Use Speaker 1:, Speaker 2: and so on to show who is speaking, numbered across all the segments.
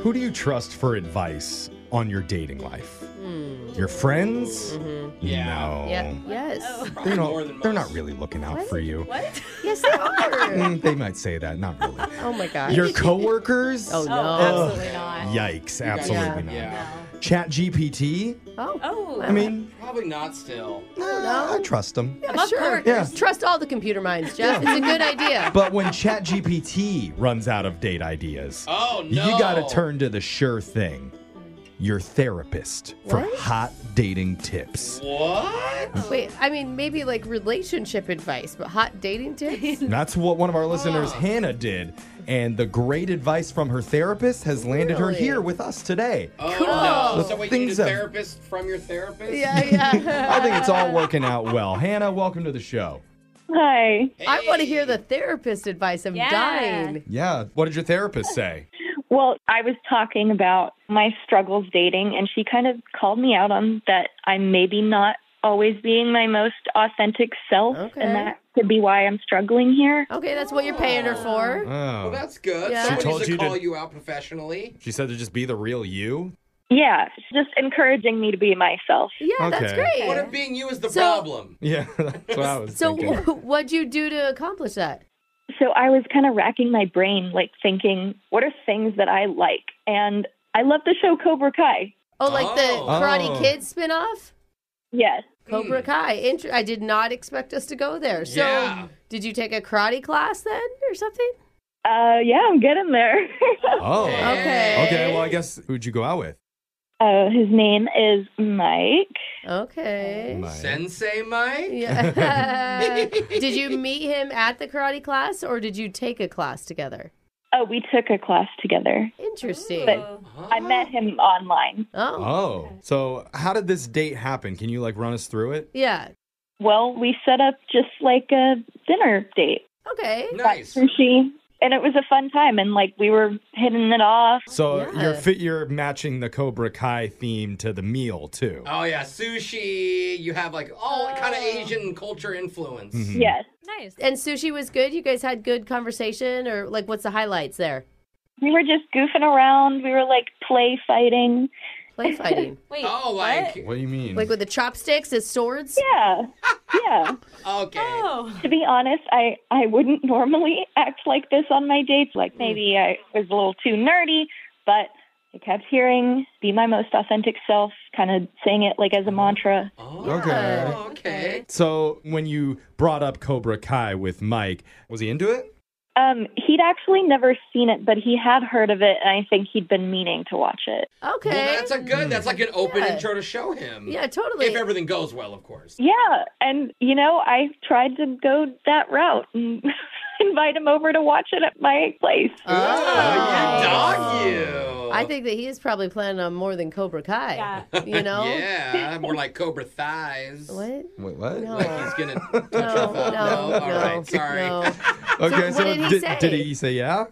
Speaker 1: Who do you trust for advice on your dating life? Your friends? Mm-hmm.
Speaker 2: Hmm. Yeah.
Speaker 1: No.
Speaker 2: Yeah. Yes. Oh,
Speaker 1: they're, not, they're not really looking out
Speaker 2: what?
Speaker 1: for you. Mm,
Speaker 2: What? Yes, they are.
Speaker 1: they might say that. Not really.
Speaker 2: oh, my God.
Speaker 1: Your coworkers?
Speaker 2: oh, no.
Speaker 3: Oh, absolutely not.
Speaker 1: Yikes. Absolutely
Speaker 2: yeah.
Speaker 1: not. Yeah. Chat GPT?
Speaker 2: Oh.
Speaker 3: oh.
Speaker 1: I mean,
Speaker 3: probably not still.
Speaker 1: Nah, I trust them.
Speaker 2: Yeah, Love sure. coworkers. Yeah. Trust all the computer minds, Jeff. It's a good idea.
Speaker 1: But when Chat GPT runs out of date ideas,
Speaker 3: oh, no.
Speaker 1: you got to turn to the sure thing your therapist for
Speaker 2: What?
Speaker 1: hot dating tips.
Speaker 3: What?
Speaker 2: Wait, I mean, maybe like relationship advice, but hot dating tips?
Speaker 1: And That's what one of our listeners, Hannah, did. And the great advice from her therapist has landed her
Speaker 2: Really?
Speaker 1: here with us today.
Speaker 3: Oh, no.
Speaker 1: The
Speaker 3: So wait, you need a
Speaker 1: things that-
Speaker 3: therapist from your therapist?
Speaker 2: yeah, yeah.
Speaker 1: I think it's all working out well. Hannah, welcome to the show.
Speaker 4: Hi.
Speaker 2: I want to hear the therapist advice. I'm
Speaker 3: Yeah.
Speaker 2: dying.
Speaker 1: Yeah, what did your therapist say?
Speaker 4: Well, I was talking about my struggles dating, and she kind of called me out on that I'm maybe not always being my most authentic self,
Speaker 2: Okay.
Speaker 4: Oh, and that could be why I'm struggling here.
Speaker 2: Okay, that's what you're paying her for.
Speaker 3: Well,
Speaker 1: Oh.
Speaker 3: that's good.
Speaker 2: Yeah. She
Speaker 3: Someone
Speaker 1: told
Speaker 3: needs to
Speaker 1: you to-
Speaker 3: call you out professionally.
Speaker 1: She said to just be the real you.
Speaker 4: Yeah, just encouraging me to be myself.
Speaker 2: Yeah, that's
Speaker 1: Okay.
Speaker 2: great.
Speaker 3: What if being you is the
Speaker 2: So-
Speaker 3: problem?
Speaker 1: Yeah, that's what I was
Speaker 2: so,
Speaker 1: thinking.
Speaker 2: wh- what'd you do to accomplish that?
Speaker 4: So I was kind of racking my brain, like thinking, what are things that I like? And I love the show Cobra Kai.
Speaker 2: Oh, like
Speaker 3: Oh.
Speaker 2: the Karate
Speaker 1: Oh.
Speaker 2: Kid spinoff?
Speaker 4: Yes.
Speaker 2: Cobra Kai. Inter- I did not expect us to go there. So,
Speaker 3: Yeah.
Speaker 2: did you take a karate class then or something?
Speaker 4: Uh, yeah, I'm getting there.
Speaker 1: Oh.
Speaker 3: Okay.
Speaker 1: Okay, well, I guess who'd you go out with?
Speaker 4: uh, his name is Mike.
Speaker 2: Okay.
Speaker 1: Mike.
Speaker 3: Sensei Mike?
Speaker 2: Yeah. did you meet him at the karate class or did you take a class together?
Speaker 4: Oh, we took a class together.
Speaker 2: Interesting.
Speaker 4: But I met him online.
Speaker 2: Oh.
Speaker 1: Oh. So, how did this date happen? Can you like run us through it?
Speaker 2: Yeah.
Speaker 4: Well, we set up just like a dinner date,
Speaker 2: Okay.
Speaker 3: Nice.
Speaker 4: sushi, and it was a fun time. And like we were hitting it off.
Speaker 1: So
Speaker 2: Yeah.
Speaker 1: you're fit. You're matching the Cobra Kai theme to the meal too.
Speaker 3: Oh yeah, sushi. You have like all
Speaker 2: Oh.
Speaker 3: kind of Asian culture influence.
Speaker 2: Mm-hmm.
Speaker 4: Yes,
Speaker 3: Nice.
Speaker 2: And sushi was good. You guys had good conversation or like what's the highlights there?
Speaker 4: we were just goofing around. We were like play fighting.
Speaker 2: Play fighting.
Speaker 3: Wait, oh, like
Speaker 1: What do you mean?
Speaker 2: like with the chopsticks and swords?
Speaker 4: Yeah, yeah.
Speaker 3: okay.
Speaker 4: to be honest, I I wouldn't normally act like this on my dates. Like maybe I was a little too nerdy, but. I kept hearing "Be my most authentic self," kind of saying it like as a mantra.
Speaker 3: Oh,
Speaker 1: okay.
Speaker 3: okay.
Speaker 1: So when you brought up Cobra Kai with Mike, was he into it?
Speaker 4: Um, he'd actually never seen it, but he had heard of it, and I think he'd been meaning to watch it.
Speaker 2: Okay.
Speaker 3: Well, that's a good. That's like an open
Speaker 2: Yeah.
Speaker 3: intro to show him.
Speaker 2: yeah, totally.
Speaker 3: If everything goes well, of course.
Speaker 4: Yeah, and you know, I tried to go that route and
Speaker 2: Uh?
Speaker 4: invite him over to watch it at my place.
Speaker 3: Oh, you dog you.
Speaker 2: I think that he is probably planning on more than Cobra Kai. You know?
Speaker 3: yeah, more like Cobra thighs.
Speaker 2: What?
Speaker 1: Wait, what?
Speaker 3: Like he's gonna. touch
Speaker 2: No,
Speaker 3: your thigh.
Speaker 2: no,
Speaker 3: All right,
Speaker 2: no,
Speaker 3: sorry.
Speaker 1: Okay,
Speaker 2: what
Speaker 1: so,
Speaker 2: did he
Speaker 1: did,
Speaker 2: say?
Speaker 1: did he say yeah?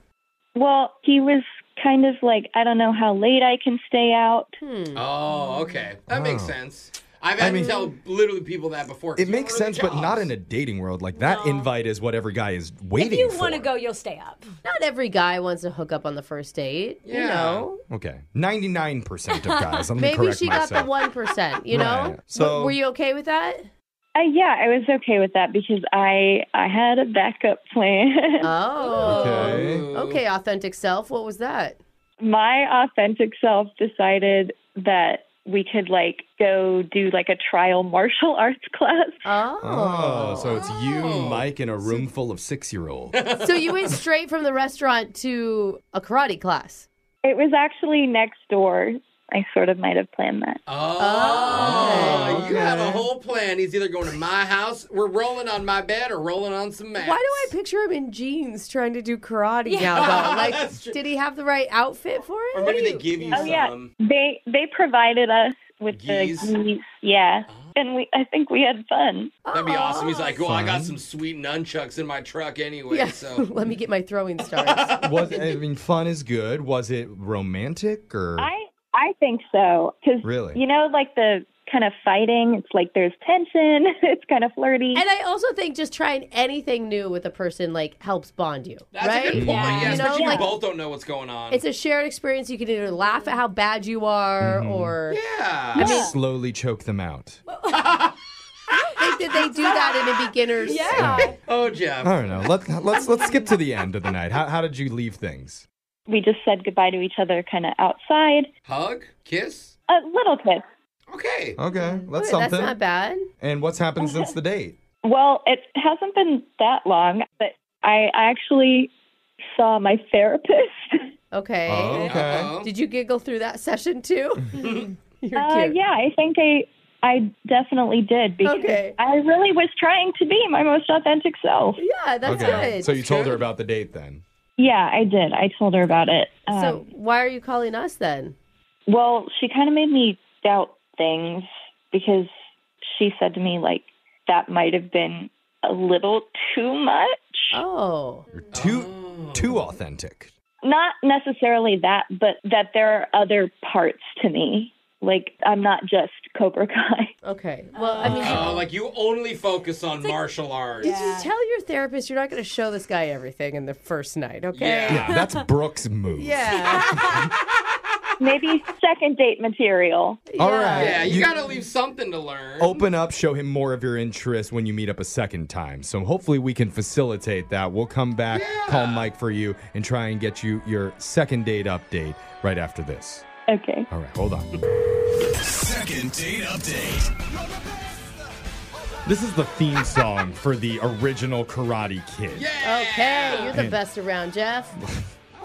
Speaker 4: Well, he was kind of like, I don't know how late I can stay out.
Speaker 3: Oh, okay, that makes
Speaker 1: Wow.
Speaker 3: sense. I've had
Speaker 1: I mean-
Speaker 3: to tell literally people that before. 'cause
Speaker 1: It
Speaker 3: you
Speaker 1: makes
Speaker 3: don't know
Speaker 1: sense,
Speaker 3: the
Speaker 1: but not
Speaker 3: jobs.
Speaker 1: in a dating world. Like that invite is what every guy is
Speaker 5: If
Speaker 1: waiting
Speaker 5: you
Speaker 1: for.
Speaker 5: want to go, you'll stay up.
Speaker 2: Not every guy wants to hook up on the first date. You
Speaker 5: Yeah.
Speaker 2: know?
Speaker 1: Okay, ninety-nine percent of guys. I'm gonna
Speaker 2: Maybe
Speaker 1: correct
Speaker 2: she
Speaker 1: myself.
Speaker 2: got the one percent, you know?
Speaker 1: Right. So-
Speaker 2: were you okay with that?
Speaker 4: Uh, yeah, I was okay with that because I I had a backup plan.
Speaker 2: Oh.
Speaker 1: Okay.
Speaker 2: Okay, authentic self. What was that?
Speaker 4: My authentic self decided that we could like go do like a trial martial arts class.
Speaker 1: Oh, so it's you, Mike, in a room full of six-year-olds.
Speaker 2: Oh. so you went straight from the restaurant to a karate class.
Speaker 4: It was actually next door. I sort of might have planned that.
Speaker 3: Oh, you had a whole plan. He's either going to my house, we're rolling on my bed, or rolling on some mats.
Speaker 2: Why do I picture him in jeans trying to do karate now? Though, like, did he have the right outfit for it?
Speaker 3: Or maybe they give you
Speaker 4: Oh
Speaker 3: some.
Speaker 4: yeah, they they provided us with
Speaker 3: Geese?
Speaker 4: the geese. Yeah, and we I think we had fun.
Speaker 3: That'd be awesome. He's like, well, I got some sweet nunchucks in my truck anyway,
Speaker 2: Yeah.
Speaker 3: so.
Speaker 2: Let me get my throwing stars.
Speaker 1: Was I mean, fun is good. Was it romantic or?
Speaker 4: I I think so because
Speaker 1: Really?
Speaker 4: you know like the kind of fighting. It's like there's tension. it's kind of flirty.
Speaker 2: and I also think just trying anything new with a person like helps bond you,
Speaker 3: That's
Speaker 2: right?
Speaker 3: a good point. Yeah,
Speaker 2: You know,
Speaker 3: especially you
Speaker 2: like,
Speaker 3: both don't know what's going on.
Speaker 2: it's a shared experience. You can either laugh at how bad you are,
Speaker 1: Mm-hmm.
Speaker 2: or
Speaker 3: yeah.
Speaker 2: I mean,
Speaker 1: slowly choke them out.
Speaker 2: I think that they do that in a beginner's.
Speaker 5: Yeah.
Speaker 3: oh, Jeff.
Speaker 1: I don't know. Let, let's let's skip to the end of the night. How how did you leave things?
Speaker 4: we just said goodbye to each other kind of outside.
Speaker 3: Hug? Kiss?
Speaker 4: A little kiss.
Speaker 3: Okay.
Speaker 1: Okay, that's
Speaker 2: That's
Speaker 1: something.
Speaker 2: not bad.
Speaker 1: And what's happened since the date?
Speaker 4: Well, it hasn't been that long, but I I actually saw my therapist.
Speaker 2: Okay.
Speaker 1: Oh, okay.
Speaker 2: Did you giggle through that session too? You're
Speaker 4: Uh,
Speaker 2: cute.
Speaker 4: yeah, I think I I definitely did because
Speaker 2: Okay.
Speaker 4: I really was trying to be my most authentic self.
Speaker 2: Yeah, that's
Speaker 1: okay.
Speaker 2: good.
Speaker 1: So you told her about the date then.
Speaker 4: Yeah, I did. I told her about it. Um,
Speaker 2: So why are you calling us then?
Speaker 4: well, she kind of made me doubt things because she said to me like that might have been a little too much.
Speaker 2: Oh.
Speaker 1: You're too too authentic.
Speaker 4: Not necessarily that, but that there are other parts to me. Like I'm not just Cobra Kai.
Speaker 2: Okay. Well, I mean, you-
Speaker 3: Oh, like you only focus on martial arts.
Speaker 2: did you tell your therapist you're not going to show this guy everything in the first night? Okay.
Speaker 3: Yeah.
Speaker 1: Yeah, that's Brooke's move.
Speaker 2: Yeah.
Speaker 4: Maybe second date material.
Speaker 1: All right.
Speaker 3: Yeah, you, gotta leave something to learn.
Speaker 1: Open up, show him more of your interest when you meet up a second time. So hopefully we can facilitate that. We'll come back, call Mike for you, and try and get you your second date update right after this.
Speaker 4: Okay.
Speaker 1: All right, hold on.
Speaker 6: Second date update.
Speaker 1: This is the theme song for the original Karate Kid.
Speaker 2: Okay. You're the
Speaker 1: Yeah.
Speaker 2: best around, Jeff.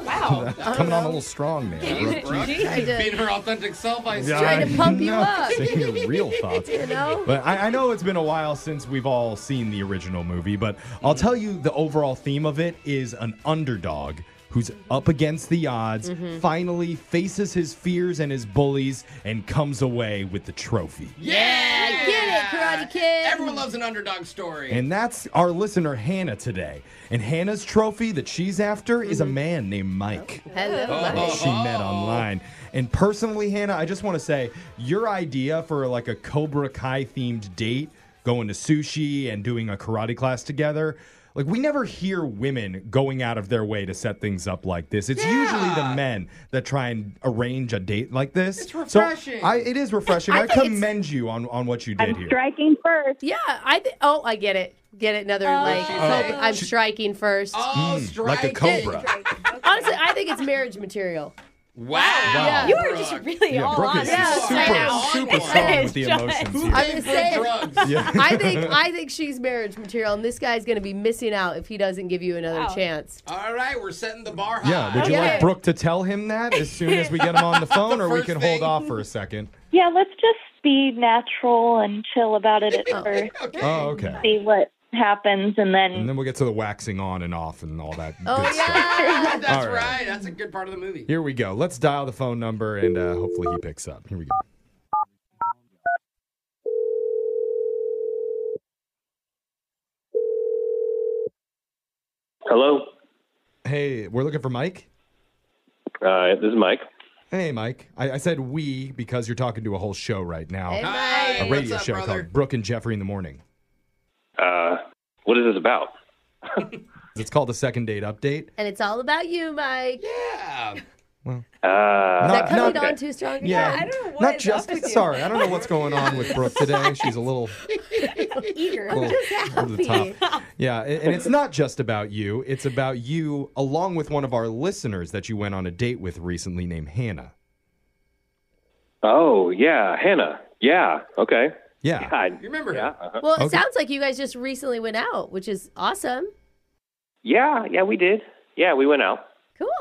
Speaker 5: Wow.
Speaker 1: Coming
Speaker 2: Uh-huh.
Speaker 1: on a little strong, man.
Speaker 2: I
Speaker 3: Being
Speaker 2: did.
Speaker 3: her authentic self, I see.
Speaker 2: Trying to pump you
Speaker 1: No,
Speaker 2: up.
Speaker 1: saying your real thoughts.
Speaker 2: You know?
Speaker 1: But I, I know it's been a while since we've all seen the original movie, but I'll tell you the overall theme of it is an underdog who's up against the odds, finally faces his fears and his bullies, and comes away with the trophy.
Speaker 3: Yeah,
Speaker 2: Get it, Karate Kid.
Speaker 3: Everyone loves an underdog story.
Speaker 1: And that's our listener, Hannah, today. And Hannah's trophy that she's after is a man named Mike.
Speaker 2: Hello,
Speaker 3: Oh.
Speaker 2: Mike.
Speaker 1: that she met online. And personally, Hannah, I just want to say your idea for like a Cobra Kai themed date, going to sushi and doing a karate class together. Like we never hear women going out of their way to set things up like this. It's usually the men that try and arrange a date like this. It's
Speaker 3: refreshing.
Speaker 1: So I, it is refreshing. I,
Speaker 2: think it's-
Speaker 1: commend you on, on what you did
Speaker 4: I'm
Speaker 1: here.
Speaker 4: striking first.
Speaker 2: Yeah. I. Th- oh, I get it. Get it. Another like.
Speaker 3: she
Speaker 2: hope-
Speaker 3: say?
Speaker 2: I'm striking first.
Speaker 3: oh,
Speaker 1: like a
Speaker 3: striking.
Speaker 1: cobra.
Speaker 2: Honestly, I think it's marriage material.
Speaker 3: Wow.
Speaker 2: Yeah.
Speaker 5: You are just really
Speaker 1: Yeah,
Speaker 5: all
Speaker 1: Brooke
Speaker 5: on
Speaker 1: is
Speaker 5: it.
Speaker 2: Yeah,
Speaker 1: super,
Speaker 3: I know.
Speaker 1: super strong
Speaker 5: Yes,
Speaker 1: with the
Speaker 5: Josh.
Speaker 1: emotions
Speaker 3: Who
Speaker 1: here.
Speaker 3: paid for
Speaker 2: saying.
Speaker 3: drugs?
Speaker 1: Yeah.
Speaker 2: I think I think she's marriage material, and this guy's going to be missing out if he doesn't give you another
Speaker 5: Wow.
Speaker 2: chance.
Speaker 3: All right, we're setting the bar high.
Speaker 1: Yeah, would you
Speaker 2: Okay.
Speaker 1: like Brooke to tell him that as soon as we get him on the phone, or we
Speaker 3: first
Speaker 1: can
Speaker 3: thing.
Speaker 1: hold off for a second?
Speaker 4: Yeah, let's just be natural and chill about it at first.
Speaker 3: Okay.
Speaker 1: Oh, okay.
Speaker 4: See what
Speaker 7: happens, and then
Speaker 1: And then we'll get to the waxing on and off and all that.
Speaker 7: Oh,
Speaker 1: good stuff.
Speaker 3: That's
Speaker 1: All
Speaker 3: right.
Speaker 1: right.
Speaker 3: That's a good part of the movie.
Speaker 1: Here we go. Let's dial the phone number and uh, hopefully he picks up. Here we go.
Speaker 2: Hello.
Speaker 1: Hey, we're looking for Mike.
Speaker 2: Uh, this is Mike.
Speaker 1: Hey, Mike. I, I said we because you're talking to a whole show right now.
Speaker 2: Hey,
Speaker 1: Mike. A radio show called Brooke and Jeffrey in the Morning.
Speaker 2: Uh, what is this about?
Speaker 1: It's called the second date update.
Speaker 4: And it's all about you, Mike.
Speaker 3: Yeah.
Speaker 2: Uh,
Speaker 4: Is that
Speaker 1: Not-
Speaker 4: coming
Speaker 1: not-
Speaker 4: on too strong?
Speaker 1: Yeah,
Speaker 4: again?
Speaker 1: not just sorry. I don't know what's going on with Brooke today. She's a little
Speaker 8: Eager.
Speaker 1: Cool. over the top. Yeah, and and it's not just about you. It's about you along with one of our listeners that you went on a date with recently named Hannah.
Speaker 2: Oh yeah, Hannah. Yeah. Okay.
Speaker 1: Yeah.
Speaker 2: I,
Speaker 3: you remember?
Speaker 2: Yeah. uh-huh.
Speaker 4: Well, it sounds like you guys just recently went out, which is awesome.
Speaker 2: Yeah. Yeah, we did. Yeah, we went out.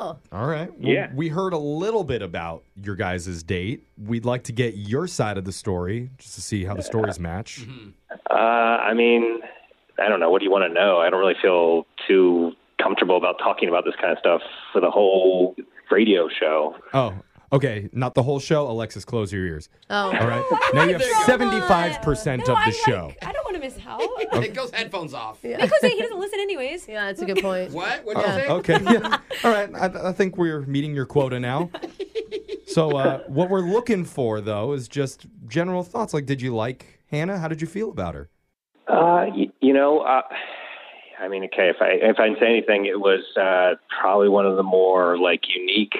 Speaker 4: Cool.
Speaker 1: All right.
Speaker 2: Yeah.
Speaker 1: We heard a little bit about your guys' date. We'd like to get your side of the story just to see how the stories match.
Speaker 2: Uh, I mean, I don't know. What do you want to know? I don't really feel too comfortable about talking about this kind of stuff for the whole radio show.
Speaker 1: Oh, okay. Not the whole show. Alexis, close your ears.
Speaker 4: Oh.
Speaker 1: All right. now you have seventy-five percent of the show.
Speaker 8: I don't want to miss out.
Speaker 3: It goes headphones off.
Speaker 8: Because he doesn't listen anyways.
Speaker 4: Yeah, that's a good point.
Speaker 3: What? What
Speaker 1: Oh,
Speaker 3: did you say?
Speaker 1: okay. Yeah. All right. I, I think we're meeting your quota now. So, uh, what we're looking for, though, is just general thoughts. Like, did you like Hannah? How did you feel about her?
Speaker 2: Uh, y- you know, uh, I mean, okay, if I if I say anything, it was uh, probably one of the more like unique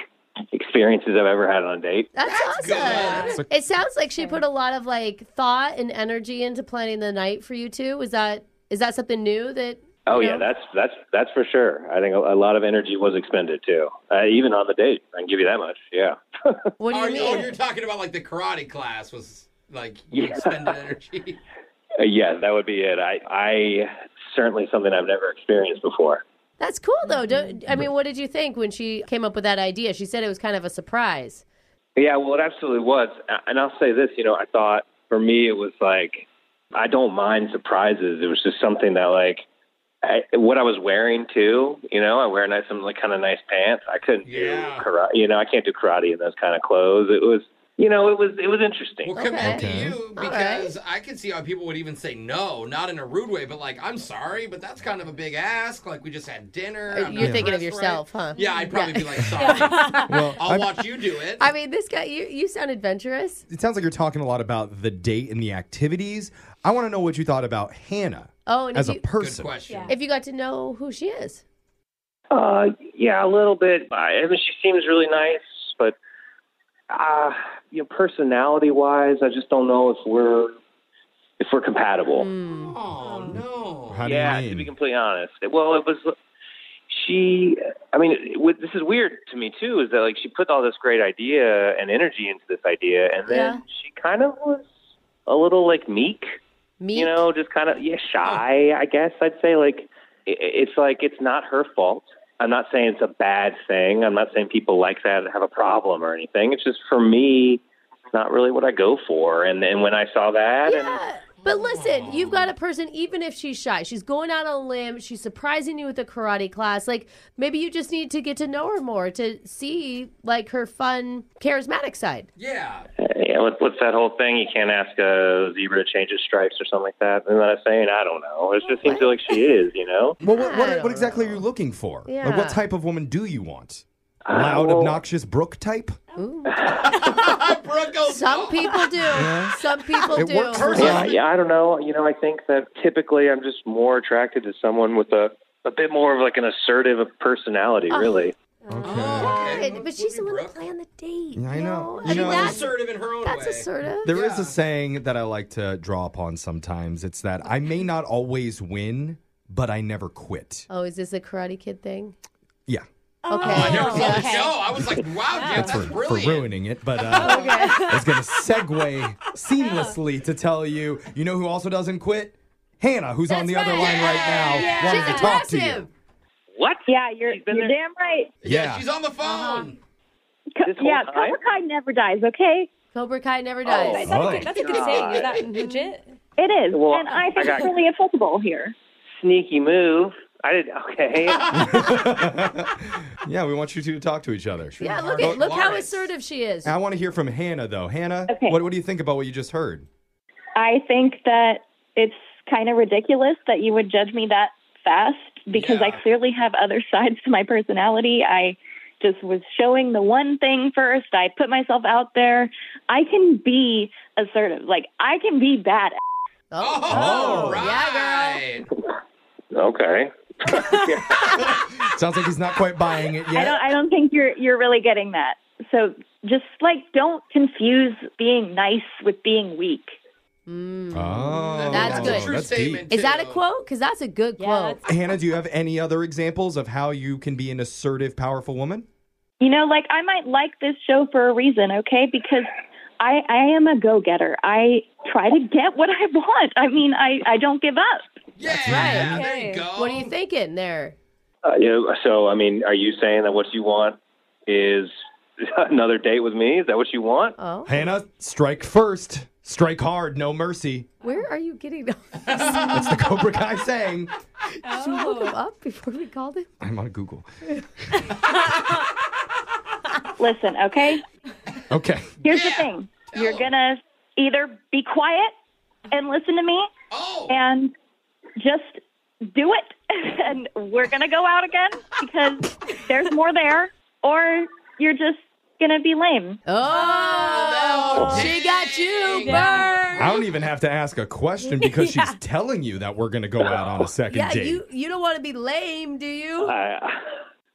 Speaker 2: experiences I've ever had on a date.
Speaker 4: That's, awesome. It sounds like she put a lot of like thought and energy into planning the night for you two. Is that is that something new that
Speaker 2: Oh
Speaker 4: you
Speaker 2: yeah,
Speaker 4: know?
Speaker 2: that's that's that's for sure. I think a, a lot of energy was expended too, uh, even on the date. I can give you that much. Yeah.
Speaker 4: What
Speaker 3: do you mean? Oh, you're talking about like the karate class was like you
Speaker 2: Yeah.
Speaker 3: expended energy.
Speaker 2: Uh, yeah, that would be it. I I certainly something I've never experienced before.
Speaker 4: That's cool though. Don't, I mean, what did you think when she came up with that idea? She said it was kind of a surprise.
Speaker 2: Yeah, well, it absolutely was. A- And I'll say this, you know, I thought for me it was like I don't mind surprises. It was just something that like I, what I was wearing too. You know, I wear nice some like kind of nice pants. I couldn't do karate. You know, I can't do karate in those kind of clothes. It was, you know, it was it was interesting.
Speaker 3: Well, commend to you because I can see how people would even say no, not in a rude way, but like, I'm sorry, but that's kind of a big ask. Like, we just had dinner.
Speaker 4: Uh,
Speaker 3: I'm
Speaker 4: you're
Speaker 3: not
Speaker 4: thinking of
Speaker 3: dressed
Speaker 4: yourself,
Speaker 3: right.
Speaker 4: huh?
Speaker 3: Yeah, I'd probably be like, sorry.
Speaker 1: Well,
Speaker 3: I'll
Speaker 1: I'm-
Speaker 3: watch you do it.
Speaker 4: I mean, this guy, you you sound adventurous.
Speaker 1: It sounds like you're talking a lot about the date and the activities. I want to know what you thought about Hannah
Speaker 4: Oh, and
Speaker 1: as
Speaker 4: if
Speaker 1: a
Speaker 4: you,
Speaker 1: person.
Speaker 4: If you got to know who she is,
Speaker 2: Uh, yeah, a little bit. I I mean, she seems really nice, but uh, you know, personality-wise, I just don't know if we're if we're compatible.
Speaker 4: Hmm.
Speaker 3: Oh no!
Speaker 1: How do you
Speaker 2: yeah,
Speaker 1: mean?
Speaker 2: to be completely honest. Well, it was she. I mean, with, this is weird to me too. Is that like she put all this great idea and energy into this idea, and then
Speaker 4: Yeah.
Speaker 2: she kind of was a little like meek.
Speaker 4: Meek?
Speaker 2: You know, just kind of yeah, shy. I guess I'd say like i it's like it's not her fault. I'm not saying it's a bad thing. I'm not saying people like that have a problem or anything. It's just for me, it's not really what I go for. And and when I saw that, and
Speaker 4: But listen, you've got a person, even if she's shy, she's going out on a limb, she's surprising you with a karate class. Like, maybe you just need to get to know her more to see, like, her fun, charismatic side.
Speaker 3: Yeah.
Speaker 2: Yeah, what, what's that whole thing? You can't ask
Speaker 1: Uh,
Speaker 2: a zebra to change its stripes or something like that. And then I'm saying, I don't know. It just seems like she is, you know?
Speaker 1: Well, what, what, what exactly are you looking for? Like,
Speaker 2: Yeah.
Speaker 1: what type of woman do you want?
Speaker 2: Uh,
Speaker 1: Loud, obnoxious Brooke type?
Speaker 4: Some people do. Some people
Speaker 2: It
Speaker 4: do.
Speaker 2: works for Yeah, yeah, I don't know. You know, I think that typically I'm just more attracted to someone with a, a bit more of like an assertive personality, really.
Speaker 4: But she's the one that planned the date.
Speaker 1: Yeah, I know.
Speaker 4: I
Speaker 1: You
Speaker 4: mean,
Speaker 1: know,
Speaker 4: that's
Speaker 3: assertive in her own
Speaker 4: that's assertive.
Speaker 1: There is a saying that I like to draw upon sometimes. It's that I may not always win, but I never quit.
Speaker 4: Oh, is this a Karate Kid thing?
Speaker 1: Yeah.
Speaker 4: Okay.
Speaker 3: I never saw the show. I was like, wow, Jeff,
Speaker 1: That's
Speaker 3: that's,
Speaker 1: for, for
Speaker 3: brilliant.
Speaker 1: ruining it, but uh, I was going to segue seamlessly to tell you, you know who also doesn't quit? Hannah, who's on the other line right now,
Speaker 7: Yeah.
Speaker 1: wanting
Speaker 7: She's
Speaker 1: to talk to you.
Speaker 7: aggressive.
Speaker 2: What?
Speaker 7: Yeah, you're, you're damn right.
Speaker 1: Yeah.
Speaker 3: She's on the phone.
Speaker 7: Co- yeah, Cobra Kai never dies, okay?
Speaker 4: Cobra Kai never
Speaker 7: dies.
Speaker 8: Is that a good- that's a good saying. Is
Speaker 2: God.
Speaker 8: that legit?
Speaker 7: It is,
Speaker 2: Well,
Speaker 7: and I think
Speaker 2: I got-
Speaker 7: it's really applicable here.
Speaker 9: sneaky move. I did okay.
Speaker 1: Yeah, we want you two to talk to each other.
Speaker 2: Yeah, look at look how assertive she is.
Speaker 1: I want to hear from Hannah though. Hannah, what, what do you think about what you just heard?
Speaker 4: I think that it's kind of ridiculous that you would judge me that fast because I clearly have other sides to my personality. I just was showing the one thing first. I put myself out there. I can be assertive. Like I can be bad.
Speaker 2: Oh,
Speaker 3: yeah,
Speaker 2: girl.
Speaker 9: Okay.
Speaker 1: Sounds like he's not quite buying it
Speaker 4: I
Speaker 1: yet.
Speaker 4: don't I don't think you're you're really getting that. So just like don't confuse being nice with being weak.
Speaker 1: Oh,
Speaker 2: That's good. Is that a quote? Because that's a good quote.
Speaker 1: Hannah, do you have any other examples of how you can be an assertive, powerful woman?
Speaker 4: You know, like I might like this show for a reason, okay? Because I I am a go-getter. I try to get what I want. I mean, I I don't give up.
Speaker 2: Right. Okay. What are you thinking there?
Speaker 9: Uh, you know, so I mean, are you saying that what you want is another date with me? Is that what you want?
Speaker 2: Oh,
Speaker 1: Hannah, strike first, strike hard, no mercy.
Speaker 2: Where are you getting those?
Speaker 1: That's the Cobra Kai saying.
Speaker 2: Did you look him up before we called him?
Speaker 1: I'm on Google.
Speaker 4: Listen, okay?
Speaker 1: Okay.
Speaker 4: Here's the thing. You're going to either be quiet and listen to me and just do it and we're going to go out again because there's more there or you're just going to be lame.
Speaker 2: Oh, she got you, Bird.
Speaker 1: I don't even have to ask a question because she's telling you that we're going to go out on a second
Speaker 2: Yeah,
Speaker 1: date.
Speaker 2: you you don't want to be lame, do you?
Speaker 9: I,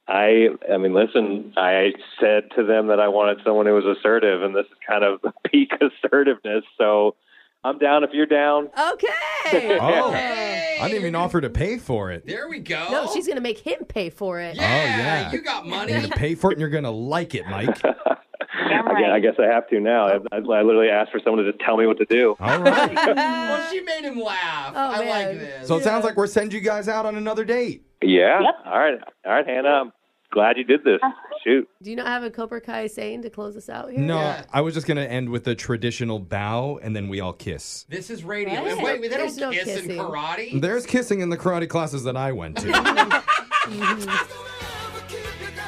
Speaker 9: I, I mean, listen. I said to them that I wanted someone who was assertive, and this is kind of peak assertiveness. So, I'm down if you're down.
Speaker 2: Okay.
Speaker 1: Oh, I didn't even offer to pay for it.
Speaker 3: There we go.
Speaker 2: No, she's gonna make him pay for it.
Speaker 1: oh yeah, you got money. You're gonna pay for it, and you're gonna like it, Mike.
Speaker 9: Again, I guess I have to now. I, I, I literally asked for someone to just tell me what to do.
Speaker 1: All right.
Speaker 3: well, she made him laugh.
Speaker 2: Oh,
Speaker 3: I like this.
Speaker 1: So it sounds like we're sending you guys out on another date.
Speaker 9: Yeah. All right. All right, Hannah. I'm glad you did this.
Speaker 2: Uh-huh.
Speaker 9: Shoot.
Speaker 2: Do you not have a Cobra Kai saying to close us out here?
Speaker 1: No, I was just gonna end with the traditional bow, and then we all kiss.
Speaker 3: This is radio.
Speaker 2: What?
Speaker 3: And wait, they
Speaker 2: There's
Speaker 3: don't
Speaker 2: no
Speaker 3: kiss
Speaker 2: kissing.
Speaker 3: in karate.
Speaker 1: There's kissing in the karate classes that I went to. All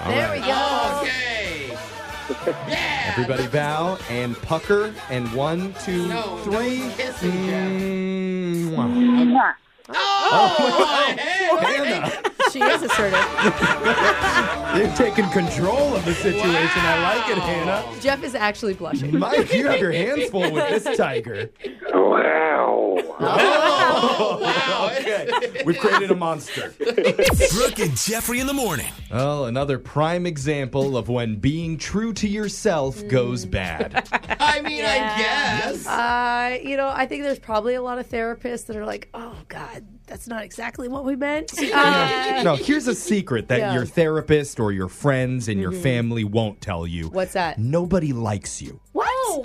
Speaker 2: There we
Speaker 1: right.
Speaker 2: go.
Speaker 3: Okay.
Speaker 1: Everybody bow and pucker, and one, two,
Speaker 3: No,
Speaker 1: three.
Speaker 3: no kissing,
Speaker 1: Mwah.
Speaker 3: Oh,
Speaker 2: She is assertive.
Speaker 1: You've taken control of the situation. I like it, Hannah.
Speaker 2: Jeff is actually blushing.
Speaker 1: Mike, you have your hands full with this tiger.
Speaker 9: Oh, Wow.
Speaker 1: Okay. We've created a monster.
Speaker 6: Brooke and Jeffrey in the morning.
Speaker 1: Well, another prime example of when being true to yourself
Speaker 2: Mm.
Speaker 1: goes bad.
Speaker 3: I mean, I guess.
Speaker 2: Uh, you know, I think there's probably a lot of therapists that are like, "Oh God, that's not exactly what we meant." Uh,
Speaker 1: No, here's a secret that
Speaker 2: Yeah. Mm-hmm.
Speaker 1: your therapist or your friends and your family won't tell you.
Speaker 2: What's that?
Speaker 1: Nobody likes you.
Speaker 2: What?
Speaker 3: Ow.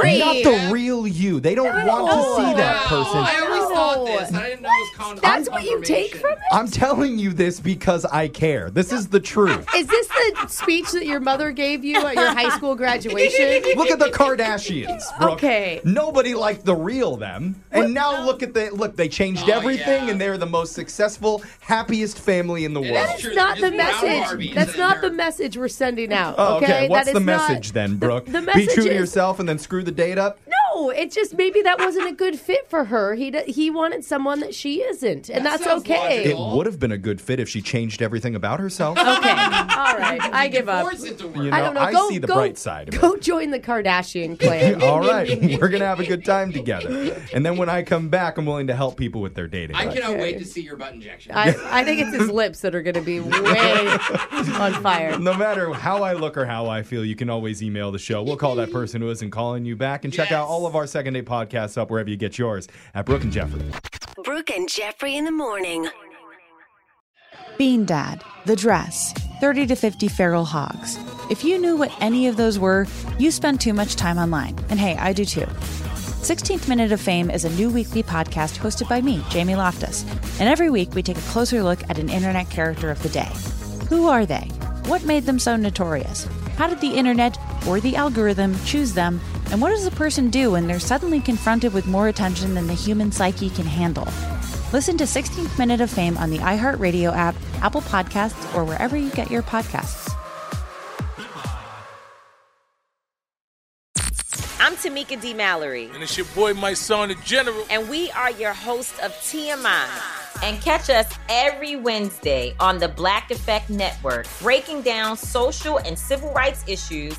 Speaker 2: Jeffrey!
Speaker 1: Not the real you. They don't want to see that person.
Speaker 3: I always thought this. and I didn't know this con-
Speaker 2: That's what you take from it?
Speaker 1: I'm telling you this because I care. This is the truth.
Speaker 2: Is this the speech that your mother gave you at your high school graduation?
Speaker 1: Look at the Kardashians. Brooke.
Speaker 2: Okay.
Speaker 1: Nobody liked the real them. And now look at the look, they changed
Speaker 3: Oh,
Speaker 1: everything and they're the most successful, happiest family in the world.
Speaker 3: is
Speaker 2: That's not the
Speaker 3: Just brown
Speaker 2: message.
Speaker 3: Barbies
Speaker 2: That's
Speaker 3: in
Speaker 2: not
Speaker 3: there.
Speaker 2: the message we're sending out.
Speaker 1: Oh, okay.
Speaker 2: okay,
Speaker 1: What's
Speaker 2: That
Speaker 1: the
Speaker 2: is not-
Speaker 1: message then, Brooke?
Speaker 2: the message
Speaker 1: Be true to
Speaker 2: is-
Speaker 1: yourself and then screw the date up?
Speaker 2: No, it just maybe that wasn't a good fit for her. He d- he wanted someone that she isn't, and
Speaker 3: That
Speaker 2: that's
Speaker 3: sounds
Speaker 2: okay.
Speaker 1: It would have been a good fit if she changed everything about herself.
Speaker 2: Okay, all right, I give up.
Speaker 3: Force it to work.
Speaker 1: You know,
Speaker 2: I don't know. Go,
Speaker 1: see the
Speaker 2: go-
Speaker 1: bright side of it.
Speaker 2: Go join the Kardashian clan.
Speaker 1: All right, we're gonna have a good time together. And then when I come back, I'm willing to help people with their dating.
Speaker 3: I
Speaker 1: life.
Speaker 3: cannot wait to see your butt injection.
Speaker 2: I, I think it's his lips that are going to be way on fire.
Speaker 1: No matter how I look or how I feel, you can always email the show. We'll call that person who isn't calling you back and check out all of our second day podcasts up wherever you get yours at Brooke and Jeffrey.
Speaker 10: Brooke and Jeffrey in the morning.
Speaker 11: Bean Dad, The Dress, 30 to 50 Feral Hogs. If you knew what any of those were, you spend too much time online. And hey, I do too. 16th Minute of Fame is a new weekly podcast hosted by me, Jamie Loftus. And every week we take a closer look at an internet character of the day. Who are they? What made them so notorious? How did the internet or the algorithm choose them? And what does a person do when they're suddenly confronted with more attention than the human psyche can handle? Listen to 16th Minute of Fame on the iHeartRadio app, Apple Podcasts, or wherever you get your podcasts.
Speaker 12: I'm Tamika D. Mallory.
Speaker 13: And it's your boy, my son, the General.
Speaker 12: And we are your hosts of TMI. And catch us every Wednesday on the Black Effect Network, breaking down social and civil rights issues,